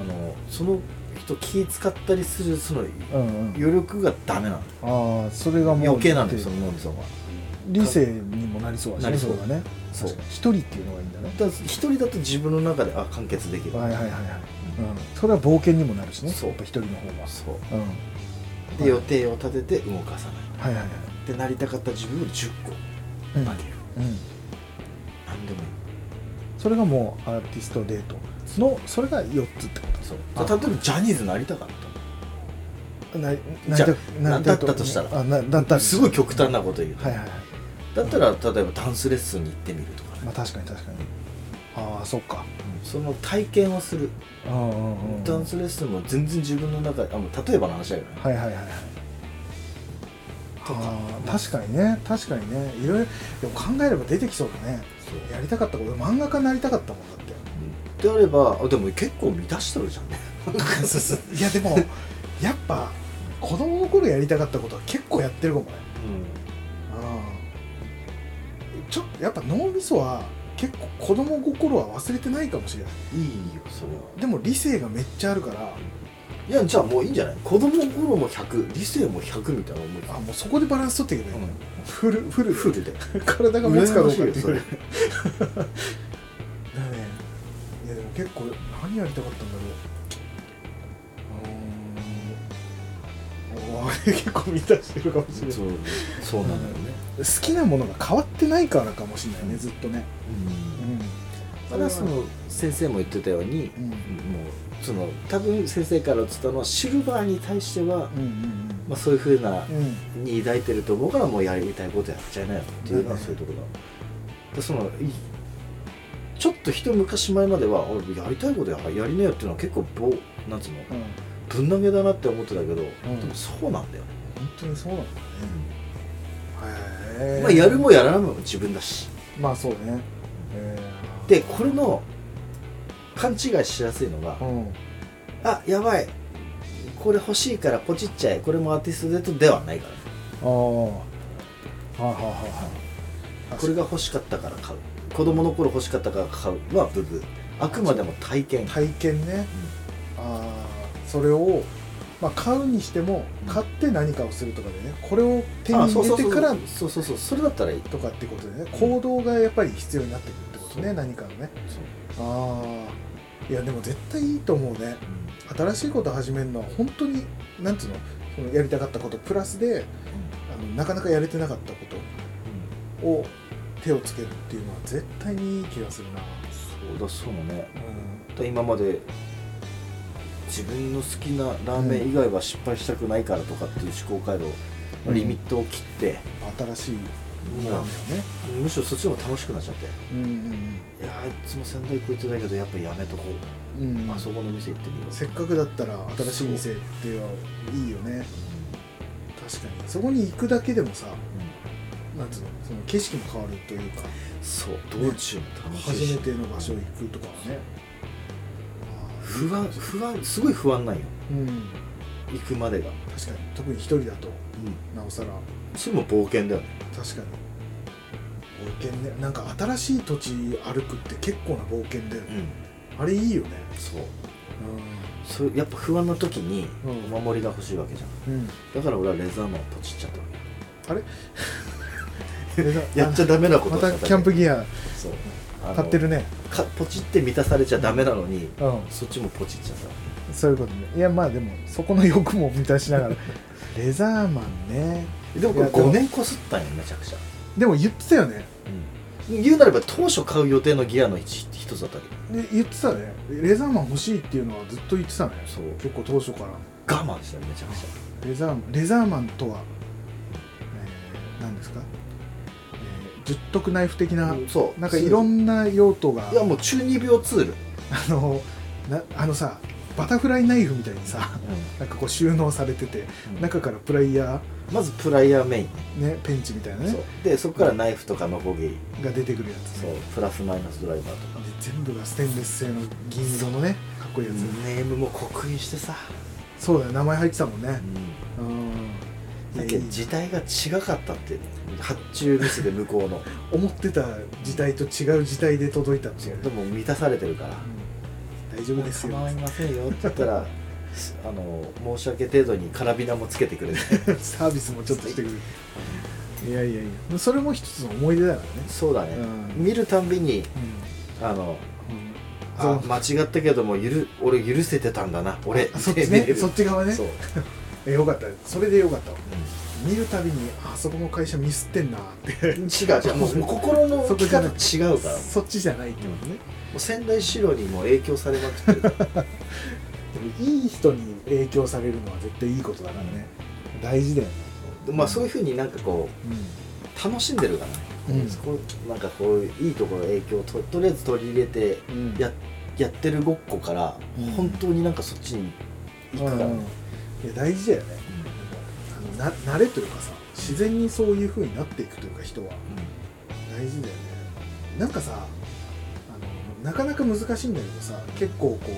Speaker 3: あのその人気使ったりするその
Speaker 2: うんうん
Speaker 3: 余力がダメなの
Speaker 2: ああそれがもう
Speaker 3: 余計なんですよその脳みそが
Speaker 2: 理性にもなりそうだし
Speaker 3: なりそう
Speaker 2: だね
Speaker 3: そう
Speaker 2: 確かに一人っていうのがいいんだね
Speaker 3: だから一人だと自分の中であ完結できる、
Speaker 2: はいはいはいはい、うん、それは冒険にもなるしね
Speaker 3: そう
Speaker 2: やっぱ一人の方が
Speaker 3: そう
Speaker 2: うんは
Speaker 3: で予定を立てて動かさない
Speaker 2: いはいはい
Speaker 3: でなりたかった自分を10個
Speaker 2: うん
Speaker 3: あげる、
Speaker 2: うん
Speaker 3: なん、何でもいい
Speaker 2: それがもうアーティストデートのそれが4つってこと
Speaker 3: そう
Speaker 2: あ
Speaker 3: 例えばジャニーズなりたかった
Speaker 2: な
Speaker 3: じゃ
Speaker 2: な
Speaker 3: なんだったとしたら
Speaker 2: あなだったら
Speaker 3: すごい極端なこと言う、
Speaker 2: はいはいはい
Speaker 3: だったら例えばダンスレッスンに行ってみるとかね、
Speaker 2: まあ確かに確かにああそっか
Speaker 3: その体験をする、
Speaker 2: うんうんうん
Speaker 3: ダンスレッスンも全然自分の中であもう例えばの話だよね、
Speaker 2: はいはいはいはい
Speaker 3: とか
Speaker 2: あー確かにね確かにねいろいろでも考えれば出てきそうだね
Speaker 3: そう
Speaker 2: やりたかったこと漫画家になりたかったもんだって
Speaker 3: であればあでも結構満たしてるじ ゃんね
Speaker 2: いやでも やっぱ子供の頃やりたかったことは結構やってるかもねうんちょっとやっぱ脳みそは結構子供心は忘れてないかもしれない
Speaker 3: うん、いいよそれは
Speaker 2: でも理性がめっちゃあるから
Speaker 3: いやじゃあもういいんじゃない子供の頃も100理性も100みたいな思い
Speaker 2: あもうそこでバランス取っていけばいい、
Speaker 3: う
Speaker 2: フルフル
Speaker 3: んフルで
Speaker 2: 体が持つかどうかって
Speaker 3: 羨ましい
Speaker 2: い
Speaker 3: うよそれ
Speaker 2: だねいやでも結構何やりたかったんだろううーんおー 結構満たしてるかもしれない
Speaker 3: そうそうなのよね、
Speaker 2: 好きなものが変わってないからかもしれないねずっとね
Speaker 3: うん
Speaker 2: う
Speaker 3: ただその先生も言ってたように、
Speaker 2: んうん
Speaker 3: もうその多分先生から伝わるのはシルバーに対しては、
Speaker 2: うん
Speaker 3: まあ、そういうふうな
Speaker 2: うんうん
Speaker 3: に抱いてると思うからもうやりたいことやっちゃいなよっていうのはそういうとこだでそのいちょっと一昔前までは俺やりたいことややりなよっていうのは結構ぼなんつうの
Speaker 2: うん
Speaker 3: ぶん投げだなって思ってたけど、
Speaker 2: ん
Speaker 3: でもそうなんだよね、
Speaker 2: 本当にそうなんだねへえ
Speaker 3: まあ、やるもやらないも自分だし
Speaker 2: まあそうねへー
Speaker 3: でこれの勘違いしやすいのが、
Speaker 2: うん
Speaker 3: あやばいこれ欲しいからポチっちゃえこれもアーティストデートではないから
Speaker 2: ああはあはあはあはあ
Speaker 3: これが欲しかったから買う子供の頃欲しかったから買うはブブーあくまでも体験
Speaker 2: 体験ね、ああそれを、まあ、買うにしても買って何かをするとかでねこれを手に
Speaker 3: あそう
Speaker 2: 入
Speaker 3: そうそ
Speaker 2: れて
Speaker 3: う
Speaker 2: から
Speaker 3: そうそうそうそれだったらいい
Speaker 2: とかってことでね行動がやっぱり必要になってくるってこと
Speaker 3: そ
Speaker 2: ね
Speaker 3: う
Speaker 2: 何かのねああいやでも絶対いいと思うね新しいこと始めるのは本当になんつうのそのやりたかったことプラスであのなかなかやれてなかったことを手をつけるっていうのは絶対にいい気がするな、
Speaker 3: そうだそうだね
Speaker 2: う
Speaker 3: だから今まで自分の好きなラーメン以外は失敗したくないからとかっていう思考回路、
Speaker 2: うん
Speaker 3: リミットを切って、
Speaker 2: ん、新しいラ
Speaker 3: も
Speaker 2: ーメンね
Speaker 3: うむしろそっちの方が楽しくなっちゃって
Speaker 2: うん
Speaker 3: いやーいつも仙台行ってたけどやっぱやめとこう、
Speaker 2: うんうん
Speaker 3: あそこの店行ってみよう
Speaker 2: せっかくだったら新しい店っていうのはいいよね確かにそこに行くだけでもさなんつうのその景色も変わるというか
Speaker 3: そう道中も楽しい
Speaker 2: 初
Speaker 3: し
Speaker 2: めての場所行くとかはね
Speaker 3: 不安不安すごい不安なんよ
Speaker 2: うん
Speaker 3: 行くまでが、
Speaker 2: 確かに特に一人だとなおさら
Speaker 3: それも冒険だよね
Speaker 2: 確かに冒険ねなんか新しい土地歩くって結構な冒険だよね、あれいいよね
Speaker 3: そうそれやっぱ不安な時に
Speaker 2: うん
Speaker 3: お守りが欲しいわけじゃん
Speaker 2: うん、うん、
Speaker 3: だから俺はレザーマンをポチっちゃったわ
Speaker 2: あれ
Speaker 3: け やっちゃダメなこと
Speaker 2: ま
Speaker 3: をしただけ
Speaker 2: キャンプギア
Speaker 3: そうあの
Speaker 2: 買ってるね
Speaker 3: かポチって満たされちゃダメなのに、
Speaker 2: うん
Speaker 3: そっちもポチっちゃったわ
Speaker 2: そういうことねいやまあでもそこの欲も満たしな がらレザーマンね
Speaker 3: けでもこれ
Speaker 2: いやでも
Speaker 3: 5年こすったんよめちゃくちゃ、
Speaker 2: でも言ってたよね
Speaker 3: 言うなれば当初買う予定のギアの一一つだったわけ
Speaker 2: で言ってたねレザーマン欲しいっていうのはずっと言ってたね
Speaker 3: そう
Speaker 2: 結構当初から
Speaker 3: 我慢したよめちゃくちゃ
Speaker 2: レザーレザーマンとは、えー、何ですか、えー、十徳ナイフ的な、
Speaker 3: うんそう
Speaker 2: なんかいろんな用途が
Speaker 3: いやもう中二病ツール、
Speaker 2: あのなあのさバタフライナイフみたいにさなんかこう収納されてて中からプライヤ
Speaker 3: まずプライヤーメイン、
Speaker 2: ー、ね、ペンチみたいな
Speaker 3: そう
Speaker 2: ね
Speaker 3: でそこからナイフとかノコギリ
Speaker 2: が出てくるやつ、
Speaker 3: そう
Speaker 2: ね、
Speaker 3: プラスマイナスドライバーとか
Speaker 2: で全部がステンレス製の銀色のねかっこいいやつ、
Speaker 3: ネームも刻印してさ、
Speaker 2: そうだよ名前入ってたもんねうん
Speaker 3: だ
Speaker 2: い
Speaker 3: け
Speaker 2: やい
Speaker 3: ど
Speaker 2: い
Speaker 3: 時代が違かったっていうね発注ミスで向こう の
Speaker 2: 思ってた時代と違う時代で届いたっていうね
Speaker 3: でも満たされてるから
Speaker 2: うん
Speaker 3: 「
Speaker 2: 大丈夫ですよ
Speaker 3: 構いませんよ」って言った らあの申し訳程度にカラビナもつけて くれて
Speaker 2: サービスもちょっとしてくれるいやいやいやそれも一つの思い出だからね
Speaker 3: そうだね、
Speaker 2: うん
Speaker 3: 見るたんびにあのあ
Speaker 2: そう
Speaker 3: 間違ったけどもゆる俺許せてたんだな俺
Speaker 2: あそっち
Speaker 3: て見れ
Speaker 2: ね
Speaker 3: る
Speaker 2: そっち側ね
Speaker 3: そう、うん
Speaker 2: えよかったそれでよかったわ見るたびにあそこの会社ミスってんなって
Speaker 3: 違う違うもうもう心の置
Speaker 2: そこ
Speaker 3: き
Speaker 2: じゃ
Speaker 3: 方
Speaker 2: な
Speaker 3: 違
Speaker 2: いう
Speaker 3: からも
Speaker 2: そっちじゃないってことね
Speaker 3: う仙台四郎にもう影響されまくってる
Speaker 2: もいい人に影響されるのは絶対いいことだからね大事だよね
Speaker 3: まあそういうふうになんかこう楽しんでるからね、
Speaker 2: うん
Speaker 3: そこなんかこういういいところ影響をととりあえず取り入れて
Speaker 2: うん
Speaker 3: ややってるごっこから、
Speaker 2: うん
Speaker 3: 本当になんかそっちに行くからね、
Speaker 2: いや大事だよねあのな慣れというかさ自然にそういう風になっていくというか人は大事だよねなんかさあのなかなか難しいんだけどさ結構こ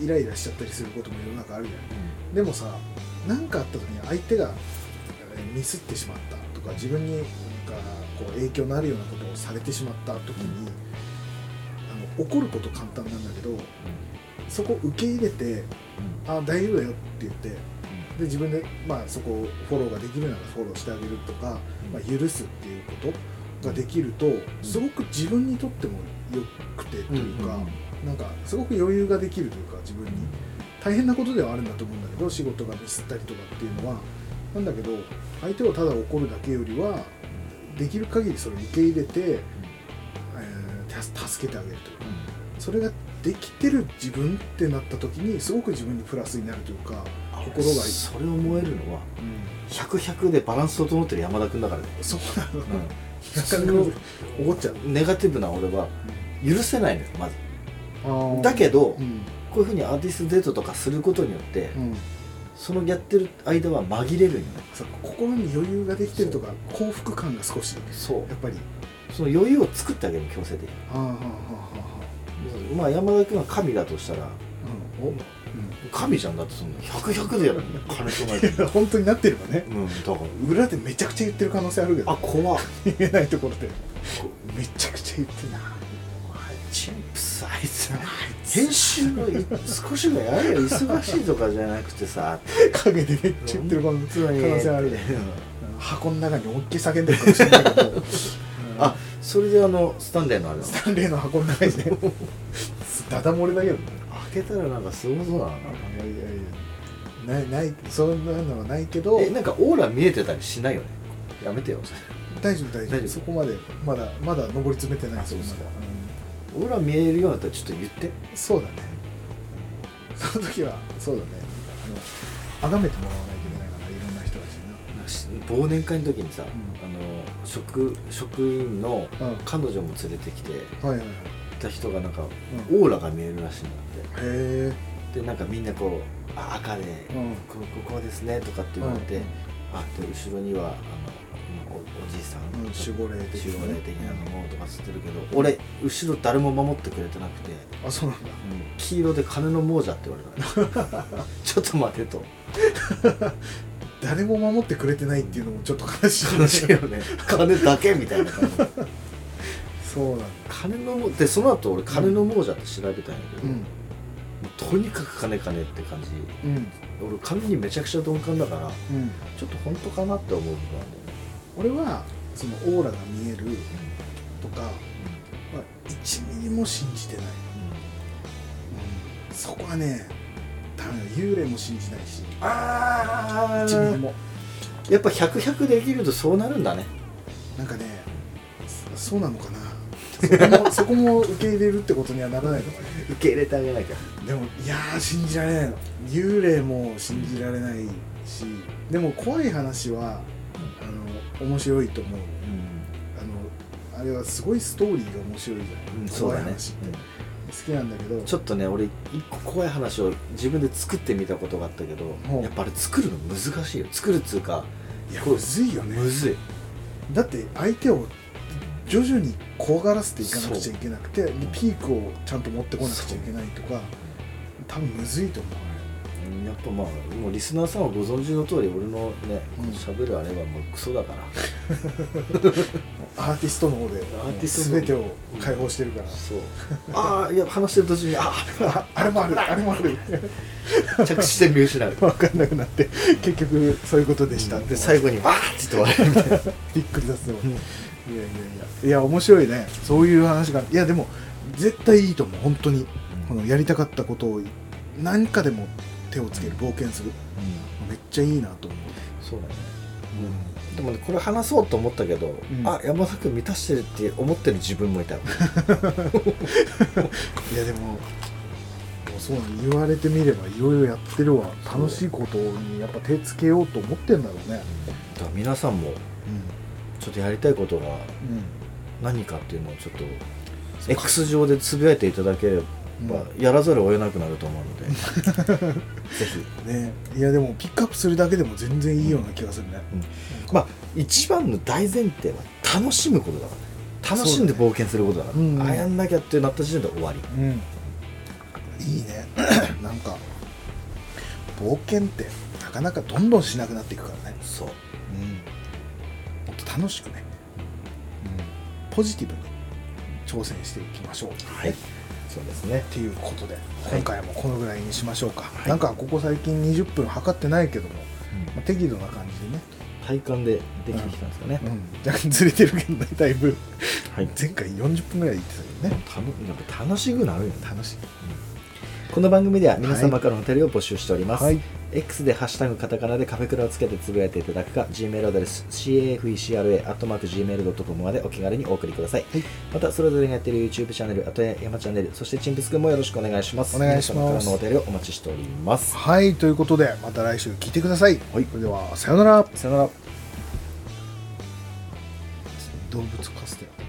Speaker 2: うイライラしちゃったりすることも世の中あるじゃないでもさ何かあった時に相手がえーミスってしまったとか自分になんかこう影響のあるようなことをされてしまった時に、あの怒ること簡単なんだけどそこを受け入れて「あ大丈夫だよ」って言ってで自分で、まあ、そこをフォローができるならフォローしてあげるとか、まあ、許すっていうことができるとすごく自分にとっても良くてというか、なんかすごく余裕ができるというか自分に大変なことではあるんだと思うんだけど仕事がミスったりとかっていうのはなんだけど相手をただ怒るだけよりはできる限りそれを受け入れて、えーた助けてあげるというかそれができてる自分ってなった時にすごく自分にプラスになるというか、心がいい
Speaker 3: それを思えるのは100でバランス整ってる山田君だからね、
Speaker 2: そうなの、な
Speaker 3: 普
Speaker 2: か
Speaker 3: 通
Speaker 2: な
Speaker 3: の
Speaker 2: か怒っちゃう
Speaker 3: ネガティブな俺は許せないのよまず
Speaker 2: あー
Speaker 3: だけど、
Speaker 2: うん
Speaker 3: こういうふうにアーティストデートとかすることによって、
Speaker 2: うん
Speaker 3: そのやってる間は紛れるんよね
Speaker 2: そう心に余裕ができてるとか幸福感が少し
Speaker 3: そ
Speaker 2: やっぱり
Speaker 3: うその余裕を作ってあげる強制的に
Speaker 2: あーはあはあはあはあ
Speaker 3: まあ山田君は神だとしたら
Speaker 2: うんお
Speaker 3: 神じゃんだってそんな100100でやるの金とない
Speaker 2: うん、 本当になってればね
Speaker 3: うんだから
Speaker 2: 裏でめちゃくちゃ言ってる可能性あるけ
Speaker 3: あ
Speaker 2: ど
Speaker 3: 怖っ
Speaker 2: 言えないところでめちゃくちゃ言ってるな
Speaker 3: チンプスあいつ編集のい少しぐらいあれよ忙しいとかじゃなくてさ
Speaker 2: 影でめっちゃ言ってる可能
Speaker 3: 普通に
Speaker 2: 性あるけど箱の中に思いっきり叫んでるかもしれないけどうん
Speaker 3: あそれであのスタンレーのあれだ
Speaker 2: スタンレーの箱の中にねダダ漏れだけどね
Speaker 3: 開けたらなんかすごそうだない
Speaker 2: やいやいやないないそんなのはないけど
Speaker 3: えなんかオーラ見えてたりしないよねやめてよ
Speaker 2: 大丈夫大
Speaker 3: 大
Speaker 2: 丈
Speaker 3: 丈
Speaker 2: 夫
Speaker 3: 夫
Speaker 2: そこまでまだまだ上り詰めてない
Speaker 3: あそうですか
Speaker 2: まだうん
Speaker 3: オーラ見えるようになったらちょっと言って
Speaker 2: そうだねその時はそうだねあの崇めてもらわないといけないからいろんな人たちにな
Speaker 3: なんかし忘年会の時にさ、
Speaker 2: ん
Speaker 3: あの職職員の
Speaker 2: うん
Speaker 3: 彼女も連れてきて
Speaker 2: はいはいはい、
Speaker 3: た人がなんか
Speaker 2: うん、へ
Speaker 3: オーラが見えるらしいんだっ
Speaker 2: え、
Speaker 3: てでなんかみんなこう「あ赤で、
Speaker 2: うん
Speaker 3: こうここですね」とかって言われて、
Speaker 2: うん
Speaker 3: あで後ろにはあのおおじいさん、
Speaker 2: うん
Speaker 3: 守
Speaker 2: 守護霊的
Speaker 3: 護
Speaker 2: なね
Speaker 3: 霊的なのもとか吸ってるけど、俺後ろ誰も守ってくれてなくて、
Speaker 2: あそうなんだ
Speaker 3: 黄色で金の亡者って言われたの ちょっと待てと
Speaker 2: 誰も守ってくれてないっていうのもちょっと悲しい
Speaker 3: 悲しいよ ね金だけみたいな感じ
Speaker 2: そうなんだ
Speaker 3: 金の亡でその後俺金の亡者って調べたんやけど、もうとにかく金金って感じ
Speaker 2: うん
Speaker 3: 俺金にめちゃくちゃ鈍感だから
Speaker 2: うん
Speaker 3: ちょっと本当かなって思う部分あるんだよね
Speaker 2: 俺はそのオーラが見えるとか、まあ、1ミリも信じてない、そこはね多分幽霊も信じないし
Speaker 3: あ
Speaker 2: 1ミリも
Speaker 3: あやっぱ100100できるとそうなるんだね
Speaker 2: なんかねそそうなのかなそ こもそこも受け入れるってことにはならないのかね
Speaker 3: 受け入れてあげなきゃ
Speaker 2: でもいやー信じられないの幽霊も信じられないしでも怖い話はあの面白いと思うあのあれはすごいストーリーが面白いじゃない、
Speaker 3: うんそう
Speaker 2: 怖い
Speaker 3: だね
Speaker 2: 話って、好きなんだけど
Speaker 3: ちょっとね俺一個怖い話を自分で作ってみたことがあったけど
Speaker 2: ほう
Speaker 3: やっぱあれ作るの難しいよ作るっつうか
Speaker 2: いやむずいよね
Speaker 3: むずい
Speaker 2: だって相手を徐々に怖がらせていかなくちゃいけなくてでピークをちゃんと持ってこなくちゃいけないとか多分むずいと思う
Speaker 3: うんやっぱまあもうリスナーさんはご存知の通り俺のね
Speaker 2: うん
Speaker 3: 喋るあれはもうクソだから
Speaker 2: アーティストの方で
Speaker 3: アーティストの
Speaker 2: 全てを解放して るから、
Speaker 3: そうああいや話してる途中にあ
Speaker 2: ああれもあるあれもあ る
Speaker 3: あ着地点見失う
Speaker 2: 分かんなくなって結局そういうことでした、
Speaker 3: で最後にわーって言って終わるみたいな
Speaker 2: びっくりさせてもらういやいやいやいや面白いねそういう話がいやでも絶対いいと思う本当にこのやりたかったことを何かでも手をつける冒険するめっちゃいいなと思
Speaker 3: そうだね
Speaker 2: う、
Speaker 3: でもねこれ話そうと思ったけど、
Speaker 2: うん
Speaker 3: あ山田君満たしてる って思ってる自分もいた
Speaker 2: いやでももそうなの言われてみればいろいろやってるわ楽しいことにやっぱ手つけようと思ってんだろうね
Speaker 3: だから皆さんもちょっとやりたいことが
Speaker 2: うん、うん
Speaker 3: 何かっていうのをちょっと X 上でつぶやいていただければ、やらざるを得なくなると思うのでぜ ひ
Speaker 2: ねいやでもピックアップするだけでも全然いいような気がするね、
Speaker 3: まあ一番の大前提は楽しむことだからね楽しんで冒険することだから
Speaker 2: そうだねうんうん
Speaker 3: あやんなきゃってなった時点で終わり
Speaker 2: うんいいね なんか冒険ってなかなかどんどんしなくなっていくからね、
Speaker 3: そう
Speaker 2: うん、もっと楽しくね、うん、ポジティブに挑戦していきましょう、
Speaker 3: はい
Speaker 2: っ
Speaker 3: そうですね
Speaker 2: ていうことで
Speaker 3: い
Speaker 2: 今回もこのぐらいにしましょうか、なんかここ最近20分測ってないけども、まあ、適度な感じでね、
Speaker 3: 体感でできてきたんですかね、
Speaker 2: うん、若干ずれてるけどねだいぶ
Speaker 3: はい
Speaker 2: 前回40分ぐらいで言ってたけどね
Speaker 3: たのやっぱ楽しくなるよね
Speaker 2: 楽しい
Speaker 3: この番組では皆様からのお便りを募集しております、
Speaker 2: はい
Speaker 3: X で「ハッシュタグカタカナ」でカフェクラをつけてつぶやいていただくか Gmail アドレス cafecra.gmail.com までお気軽にお送りください、
Speaker 2: はい
Speaker 3: またそれぞれがやっている YouTube チャンネルあとや山チャンネルそしてチンプスくんもよろしくお願いします
Speaker 2: お願いしま
Speaker 3: 皆
Speaker 2: す
Speaker 3: 様からのお便りをお待ちしております
Speaker 2: はいということでまた来週聞いてください、
Speaker 3: はい
Speaker 2: それではさようなら
Speaker 3: さよなら
Speaker 2: 動物カステラ